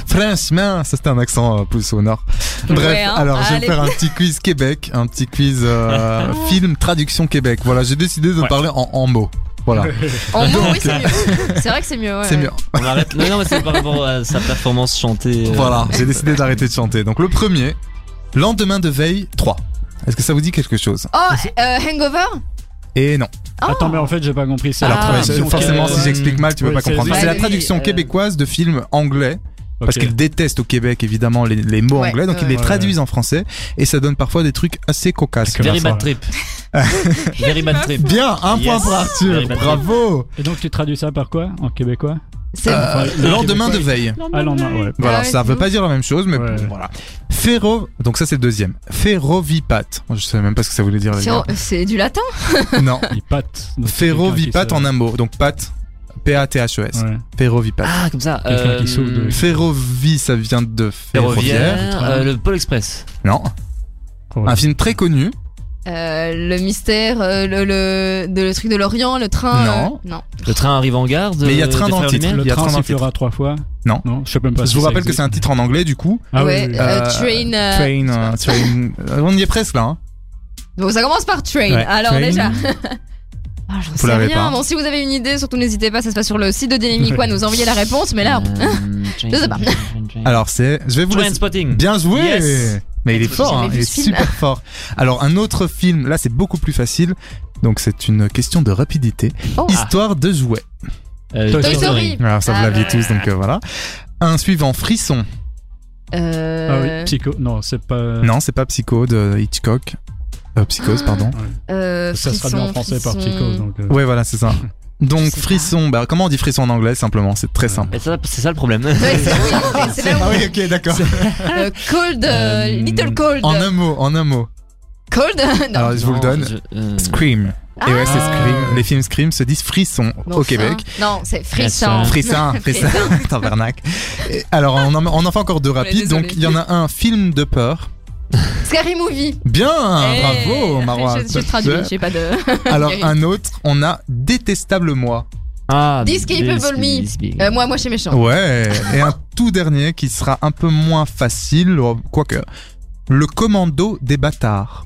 C: Franchement, ça c'était un accent euh, plus au nord. Bref,
B: Ouais, hein.
C: alors je
B: Allez.
C: vais faire un petit quiz Québec, un petit quiz euh, film traduction Québec. Voilà, j'ai décidé de
E: Ouais.
C: parler en, en mots. Voilà,
B: En mots, oui, c'est mieux. C'est vrai que c'est mieux. ouais,
C: euh, c'est
B: ouais.
C: mieux.
D: On arrête. Non, non, mais c'est par rapport à sa performance chantée. euh,
C: Voilà, j'ai décidé d'arrêter de chanter. Donc le premier, lendemain de veille 3. Est-ce que ça vous dit quelque chose
B: Oh, euh, hangover
C: Et non.
B: Oh.
E: Attends, mais en fait j'ai pas compris. c'est
B: Alors,
E: la
C: Ouais,
E: traduction
C: forcément,
E: qu'elle-
C: si j'explique mal, tu peux
E: Ah. Ouais,
C: pas
E: c'est-
C: comprendre.
B: Ouais,
C: C'est la
B: mais oui,
C: traduction
D: euh,
C: québécoise de films anglais. Parce
E: Ok.
C: qu'ils détestent au Québec évidemment les, les mots
B: Ouais,
C: anglais, donc
B: ouais,
C: ils les
E: ouais.
C: traduisent en français et ça donne parfois des trucs assez cocasses.
E: D'accord.
D: Very
E: Comment
D: bad
E: ça,
D: trip. Very bad trip.
C: Bien, un point
D: Yes.
C: pour Arthur,
D: Very bad
C: bravo.
E: Et donc tu traduis ça par quoi en québécois
B: C'est
E: Enfin,
C: Euh, Le lendemain de
E: québécois,
C: veille.
E: il- Ah lendemain, ouais.
C: Voilà,
B: ouais,
C: ça
B: c'est
C: veut
B: ouf.
C: pas dire la même chose, mais
E: Ouais.
C: voilà. Ferro, donc ça c'est le deuxième. Ferrovipat. Moi, Je savais même pas ce que ça voulait dire. les
B: c'est- C'est du latin
C: gars. Non.
E: Il pâte. Donc, c'est
C: Ferrovipat
E: quelqu'un
C: en un mot. Donc pat, P-A-T-H-E-S.
E: qui se- Ouais.
C: E Ferrovipat.
D: Ah, comme ça.
E: Quelqu'un qui s'ouvre de-
C: Ferrovi, ça vient de ferroviaire.
D: Ferroviaire. euh, le Pôle Express.
C: Non.
E: Ouais.
C: Un film très connu.
B: Euh, Le mystère, euh, le, le, de- le truc de l'Orient, le train.
C: Non.
B: euh, non.
D: Le train arrive en gare. de-
C: Mais il y a train
D: des
C: dans le
D: Frères
C: titre.
D: Lumière.
E: Le
C: Il y a
E: train
C: 30
E: sifflera trois fois
C: Non.
E: Non, je sais même pas
C: Je
E: si
C: vous
E: ça
C: rappelle que
E: existe.
C: c'est un titre en anglais du coup.
E: Ah oui,
B: ouais,
E: oui, oui.
B: euh,
C: Euh,
B: train. euh,
C: Train, euh, train. euh, On y est presque là. hein.
B: Bon, ça commence par train.
C: Ouais,
B: Alors
C: train.
B: déjà. Ah, j'en sais
C: l'avez
B: rien.
C: pas.
B: Bon, si vous avez une idée, surtout n'hésitez pas, ça se passe sur le site de Dynamic One. Nous envoyez la réponse, mais là,
D: Euh, train,
B: Je sais pas.
D: train, train, Mm. train.
C: Alors c'est, je vais vous laisser.
D: Trainspotting.
C: Bien joué.
D: Yes.
C: Mais il est
D: J'avais
C: fort, hein,
B: vu
C: il
B: ce
C: est
B: film.
C: super fort. Alors un autre film, là c'est beaucoup plus facile. Donc c'est une question de rapidité.
B: Oh.
C: Histoire de jouets.
D: Euh,
E: Toy
B: Toy Story.
C: Alors ça vous
B: Ah,
C: l'aviez
B: bah.
C: tous, donc euh, voilà. Un suivant, Frisson.
B: Euh,
E: Ah oui, Psycho. Non, c'est pas.
C: Non, c'est pas Psycho de Hitchcock. Euh, Psychose,
B: Ah.
C: pardon.
B: euh,
E: Ça sera
B: frisson,
E: bien en français par
B: frisson.
E: Psycho. Donc, euh,
C: Ouais, voilà, c'est ça.
B: Je
C: Donc
B: sais pas.
C: Frisson, bah, comment on dit Frisson en anglais simplement C'est très simple. Ah
D: Et ça, C'est ça le problème.
B: Ouais, c'est oui, mais Ah, c'est là où-
C: ok, d'accord.
B: euh, cold, euh,
D: Euh,
B: little cold.
C: En un mot, en un mot.
B: Cold non. Ah.
C: Alors je vous le
D: Non,
C: donne.
D: je- euh,
C: Scream. Et ouais, c'est Scream. Les films Scream se disent Frisson
B: Non, frisson.
C: au Québec.
B: Non, c'est frisson.
C: Frissin, frissin, tabarnak. Et Alors, on en, on en fait encore deux
B: est
C: rapides.
B: désolé.
C: Donc, il y en a un, film de peur.
B: Scary movie.
C: Bien,
B: Eh,
C: Ah, bravo, Marois.
B: Je, je traduis, j'ai pas de.
C: Alors,
B: Terrible.
C: un autre, on a Détestable Moi.
D: Ah,
B: This Capable
D: this-
B: Me.
D: this big.
B: Euh, moi, moi, je suis méchant.
C: Ouais. Et un tout dernier qui oh, sera un peu moins facile, quoique. Le commando des bâtards.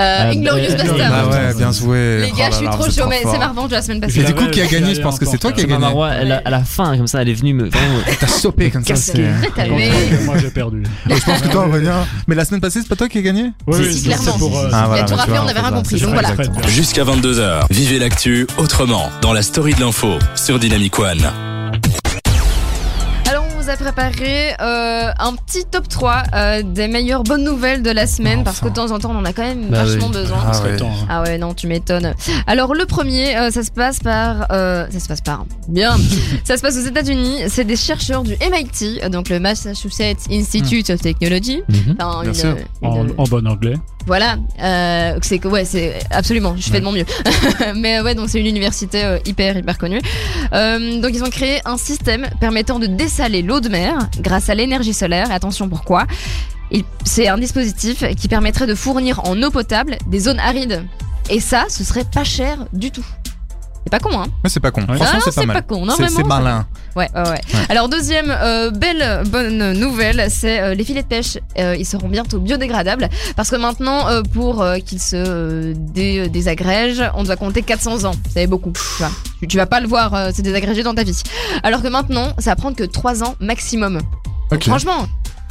B: Euh,
D: Ah,
B: Inglorious
D: bah,
B: Bastard.
C: Ah ouais, bien joué.
B: Les gars,
C: Oh là
B: je suis
C: là,
B: trop
C: vous êtes
B: chaud,
C: trop
B: mais
C: forts.
B: c'est ma revanche de la semaine
C: Et
B: passée.
C: du coup, qui a
E: Ouais,
C: gagné
E: ouais,
C: Je pense que c'est toi qui as
D: Ma
C: gagné.
D: Bah, Marois, elle a- à la fin, comme ça, elle est venue me. vraiment,
C: T'as chopé comme ça.
D: Casqué.
C: c'est-
B: Rétamé.
E: Moi j'ai perdu.
C: Et Je pense que toi, Aurélien. Mais la semaine passée, c'est pas toi qui as gagné
E: Oui,
B: si,
E: oui,
B: clairement.
E: c'est pour. euh,
B: Ah, voilà, tout
C: bah, tu
B: rappelé,
C: vois,
B: on avait rien
C: c'est
B: compris,
C: ça,
B: donc voilà.
C: exactement.
A: Jusqu'à 22h, vivez l'actu autrement dans la story de l'info sur Dynamic One.
B: Alors, on vous a préparé euh, un petit top 3 euh, des meilleures bonnes nouvelles de la semaine,
C: Enfin.
B: parce que de temps en temps, on en a quand même
D: Bah
B: vachement
D: oui.
B: besoin.
C: Ah ouais.
E: Attends, hein.
B: Ah ouais, non, tu m'étonnes. Alors, le premier, euh, ça se passe par. euh, ça se passe par. Bien. ça se passe aux États-Unis. C'est des chercheurs du MIT, euh, donc le Massachusetts Institute of Technology.
D: Mhm.
B: Enfin,
C: Bien
B: une-
C: sûr.
B: une-
E: En, en bon anglais.
B: Voilà, euh, c'est que ouais, c'est absolument. Je fais de mon mieux, mais euh, ouais, donc c'est une université euh, hyper hyper connue. Euh, donc ils ont créé un système permettant de dessaler l'eau de mer grâce à l'énergie solaire. Et attention pourquoi Il- C'est un dispositif qui permettrait de fournir en eau potable des zones arides. Et ça, ce serait pas cher du tout. C'est pas con, hein
C: Mais c'est pas con.
E: Ouais.
C: Franchement,
B: Ah,
C: c'est pas
B: c'est
C: mal.
B: pas con, non,
C: C'est-
B: vraiment,
C: C'est
B: ça-
C: malin.
B: Ouais, ouais, ouais. Alors deuxième euh, belle bonne nouvelle, c'est euh, les filets de pêche. Euh, ils seront bientôt biodégradables parce que maintenant, euh, pour euh, qu'ils se euh, dé- désagrègent, on doit compter 400 ans. C'est beaucoup. Tu, vois. Tu- tu vas pas le voir euh, se désagréger dans ta vie. Alors que maintenant, ça va prendre que 3 ans maximum. Donc,
C: Ok.
B: Franchement,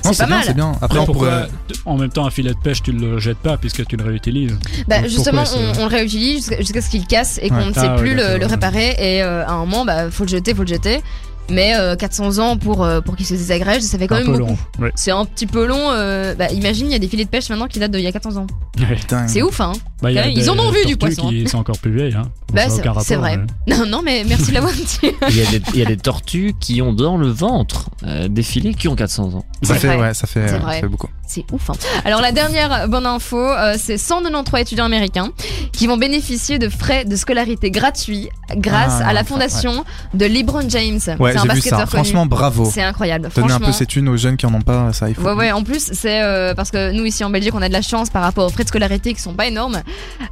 C: Non,
B: c'est pas
C: bien,
B: mal.
C: C'est bien. Après,
E: Après,
C: on
E: pourquoi,
C: pourrait.
E: t- en même temps, un filet de pêche, tu le jettes pas puisque tu le réutilises.
B: Bah,
E: Pourquoi
B: justement,
E: c'est-
B: on, on le réutilise jusqu'à jusqu'à ce qu'il casse et qu'on
C: Ouais.
B: ne
E: Ah
B: sait
E: ouais,
B: plus le,
E: d'accord,
B: le
E: ouais.
B: réparer. Et euh, à un moment, bah, faut le jeter, faut le jeter. Mais euh, 400 ans pour, euh, pour qu'il se désagrège, ça fait quand
E: un
B: même
E: peu
B: beaucoup.
E: long. Ouais.
B: C'est un petit peu long. euh, bah, imagine, il y a des filets de pêche maintenant qui datent d'il y a 14 ans.
C: Dingue.
B: C'est ouf, hein
E: Bah, il y a
B: Ils
E: des
B: en ont vu du
E: tortues
B: poisson,
E: Qui sont encore plus vieilles. Hein.
B: Bah,
E: Ça a
B: c'est-
E: aucun
B: c'est
E: rapport,
B: vrai.
E: mais-
B: Non, non, mais merci de l'avoir dit.
D: Il y, a des, il y a des tortues qui ont dans le ventre euh, des filets qui ont 400 ans.
C: Ça
B: C'est
C: fait,
B: vrai.
C: ouais, ça fait,
B: C'est
C: euh, ça
B: vrai.
C: fait beaucoup.
B: C'est ouf. hein. Alors la dernière bonne info, euh, c'est 193 étudiants américains qui vont bénéficier de frais de scolarité gratuits grâce
C: Ah,
B: à la
C: enfin,
B: fondation de LeBron James.
C: Ouais,
B: c'est un
C: j'ai vu
B: basketteur
C: ça.
B: connu.
C: Franchement, bravo.
B: c'est incroyable.
C: Donner un
B: Franchement.
C: peu ces thunes aux jeunes qui en ont pas, ça, il faut.
B: Ouais, ouais, en plus, c'est euh, parce que nous, ici en Belgique, on a de la chance par rapport aux frais de scolarité qui sont pas énormes.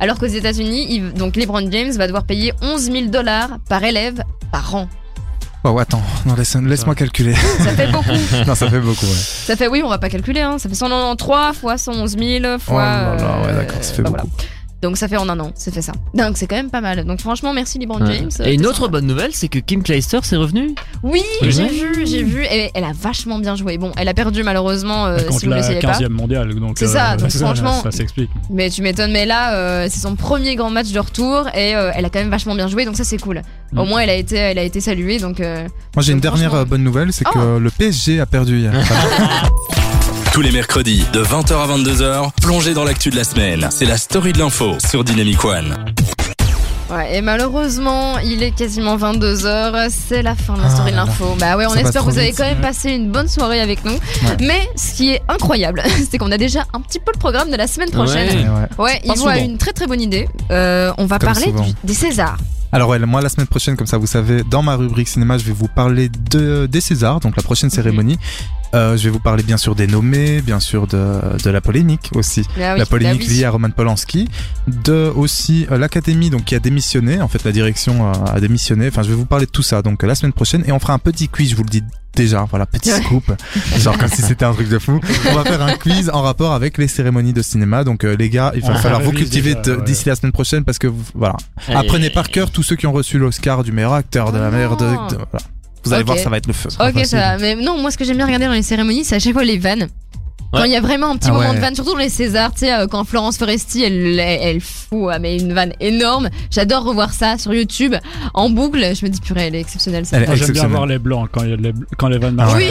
B: Alors qu'aux États-Unis, ils- donc LeBron James va devoir payer 11 000 dollars par élève par an.
C: Oh, attends, non, laisse- laisse-moi calculer.
B: Ça fait beaucoup.
C: non, ça fait beaucoup, ouais.
B: Ça fait, oui, on va pas calculer, hein. ça fait 193 fois 111 000 fois.
C: Oh là là, ouais,
B: euh,
C: d'accord, ça fait
B: bah voilà. Donc ça fait en un an, ça fait ça. Donc c'est quand même pas mal. Donc franchement, merci Liban James.
D: Et une autre bonne nouvelle, c'est que Kim Clijsters est revenue.
B: Oui,
D: Oui.
B: j'ai vu, j'ai vu. Elle, elle a vachement bien joué. Bon, elle a perdu malheureusement, euh, si
E: Contre
B: vous ne le
E: la
B: saviez pas.
E: 15e mondiale. donc,
B: C'est ça,
E: euh,
B: donc franchement-
E: Ça s'explique.
B: Mais tu m'étonnes. Mais là, euh, c'est son premier grand match de retour et euh, elle a quand même vachement bien joué. Donc ça c'est cool. Au
E: Mm.
B: moins, elle a été, elle a été saluée. Donc euh,
C: Moi, j'ai une
B: Donc,
C: dernière
B: franchement-
C: euh, bonne nouvelle, c'est
B: Oh.
C: que le PSG a perdu hier.
A: Tous les mercredis de 20h à 22h, plongez dans l'actu de la semaine. C'est la story de l'info sur Dynamic One.
B: ouais. Et malheureusement, il est quasiment 22 h C'est la fin de la
C: Ah
B: story de
C: là là.
B: l'info. Bah ouais, on
C: Ça va
B: espère que
C: trop
B: vous avez
C: vite.
B: quand même passé une bonne soirée avec nous.
C: Ouais.
B: Mais ce qui est incroyable, c'est qu'on a déjà un petit peu le programme de la semaine prochaine.
D: Ouais.
C: Ouais, ouais.
B: Ouais,
D: Pas
B: Yvo a
D: souvent.
B: une très très bonne idée. Euh, on va
C: Comme
B: parler
C: souvent.
B: du- des Césars.
C: Alors ouais, moi la semaine prochaine, comme ça vous savez, dans ma rubrique cinéma, je vais vous parler de, des Césars, donc la prochaine cérémonie. Euh, je vais vous parler bien sûr des nommés, bien sûr de, de la polémique aussi.
B: Ah oui,
C: la polémique
B: bah oui.
C: liée à Roman Polanski, de aussi euh, l'académie donc qui a démissionné, en fait la direction euh, a démissionné. Enfin, je vais vous parler de tout ça donc euh, la semaine prochaine et on fera un petit quiz, je vous le dis déjà, voilà petit
B: Ouais.
C: scoop, genre comme si c'était un truc de fou. On va faire un quiz en rapport avec les cérémonies de cinéma. Donc euh, les gars, il va
E: On
C: falloir vous
E: révise
C: cultiver
E: déjà,
C: de-
E: ouais.
C: d'ici la semaine prochaine parce que vous- voilà, apprenez par cœur tous ceux qui ont reçu l'Oscar du meilleur acteur de la
B: Oh
C: meilleure de, de-
B: non.
C: voilà. Vous allez
B: Ok. Oh.
C: voir, ça va être le feu.
B: Ok, ça va. Mais non, moi ce que j'aime bien regarder dans les cérémonies, c'est à chaque fois les vannes. Quand
D: Ouais.
B: il y a vraiment un petit
C: Ah
B: moment
C: ouais.
B: de vanne, surtout dans les Césars, tu sais, euh, quand Florence Foresti, elle, elle, elle fout ah, mais une vanne énorme. J'adore revoir ça sur YouTube en boucle. Je me dis, purée, elle est exceptionnelle. Ça.
C: Elle est
E: Moi, J'aime bien
C: exceptionnelle.
E: voir les blancs quand, il y a les, quand les vannes
C: Ah
E: marchent.
B: Oui,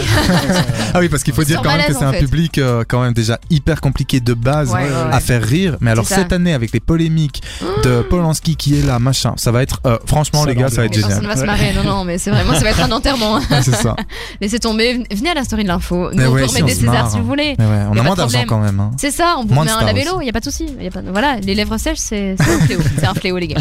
C: Ah oui, parce qu'il faut
B: Ils
C: dire
B: sont
C: quand même que
B: balèzes,
C: c'est
B: en
C: un
B: fait.
C: public euh, quand même déjà hyper compliqué de base
B: Ouais, ouais, ouais.
C: à faire rire. Mais alors
B: ça. Oh.
C: cette année avec les polémiques de Polanski qui est là, machin, ça va être euh, franchement
E: Ça
C: les
E: va
C: gars,
E: être
C: ça va être
B: Mais personne
C: génial.
B: va se marrer. Non, non, mais c'est vraiment, ça va être un enterrement. hein.
C: Ouais, c'est ça.
B: Laissez tomber. Venez à la story de l'info. Nous,
C: Mais
B: on
C: ouais,
B: peut
C: si,
B: remettre
C: on
B: des
C: se
B: Césars
C: marre.
B: si vous voulez.
C: Mais ouais, on
B: Y
C: a
B: a
C: moins
B: pas de
C: d'argent
B: problème.
C: quand même. hein.
B: C'est ça, on vous
C: Moins de
B: met un
C: stars
B: labello, il n'y a pas de souci. Y a pas de- Voilà, les lèvres sèches, c'est c'est un fléau. C'est un fléau, les gars.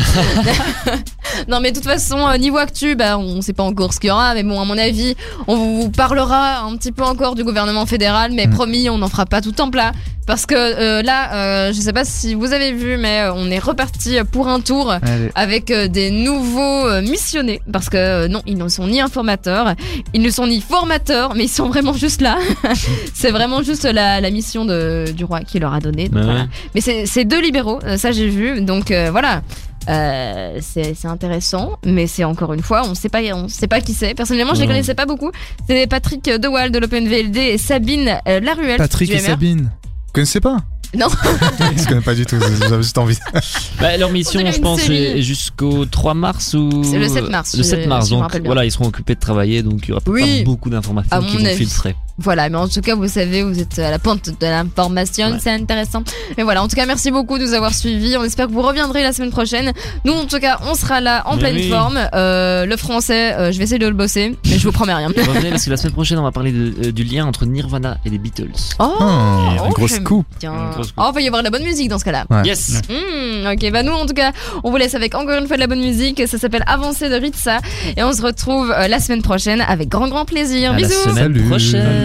B: Non, mais de toute façon, euh, niveau actu, bah, on sait pas encore ce qu'il y aura, mais bon, à mon avis, on vous parlera un petit peu encore du gouvernement fédéral, mais
C: Mm.
B: promis, on n'en fera pas tout en plat. Parce que euh, là, euh, je sais pas si vous avez vu, mais euh, on est reparti pour un tour
C: Allez.
B: avec euh, des nouveaux euh, missionnés. Parce que euh, non, ils ne sont ni informateurs, ils ne sont ni formateurs, mais ils sont vraiment juste là. c'est vraiment juste la, la mission de, du roi qui leur a donné. donc
D: Ouais.
B: voilà. Mais c'est c'est deux libéraux, euh, ça j'ai vu. Donc euh, voilà. Euh, c'est c'est intéressant, mais c'est encore une fois, on sait pas, on sait pas qui c'est. Personnellement, je les
D: Ouais.
B: connaissais pas beaucoup. C'est Patrick Dewal de l'OpenVLD et Sabine euh, Laruelle.
C: Patrick
B: du
C: et
B: MR.
C: Sabine. Vous connaissez pas
B: hein Non.
C: Je connais pas du tout, j'avais juste envie.
D: Bah, leur mission,
B: dirait
D: je
B: une
D: pense,
B: série.
D: est est jusqu'au 3 mars ou.
B: C'est le 7 mars,
D: Le
B: si-
D: 7 mars,
B: si je me
D: donc
B: rappelle bien.
D: voilà, ils seront occupés de travailler, donc il y aura pas
B: Oui.
D: beaucoup d'informations
B: À
D: qui
B: mon
D: vont
B: avis.
D: filtrer.
B: Voilà, mais en tout cas, vous savez, vous êtes à la pointe de l'information,
D: Ouais.
B: c'est intéressant. Mais voilà, en tout cas, merci beaucoup de nous avoir suivis. On espère que vous reviendrez la semaine prochaine. Nous, en tout cas, on sera là en
D: Mais
B: pleine
D: oui.
B: forme. Euh, le français, euh, je vais essayer de le bosser, mais je vous promets rien.
D: Revenez parce que la semaine prochaine, on va parler de- euh, du lien entre Nirvana et les Beatles.
B: Oh,
D: Ah,
C: Oh,
B: oh,
C: une grosse
B: j'aime
C: coupe.
B: tiens.
D: Une grosse coupe.
B: Oh, va y avoir de la bonne musique dans ce cas-là.
C: Ouais.
D: Yes!
B: Hmm, ok, bah nous en tout cas, on vous laisse avec encore une fois de la bonne musique. Ça s'appelle Avancée de Ritza. Et on se retrouve euh, la semaine prochaine avec grand grand plaisir.
D: À Ah, la
B: Bisous
D: semaine
C: Salut.
D: prochaine!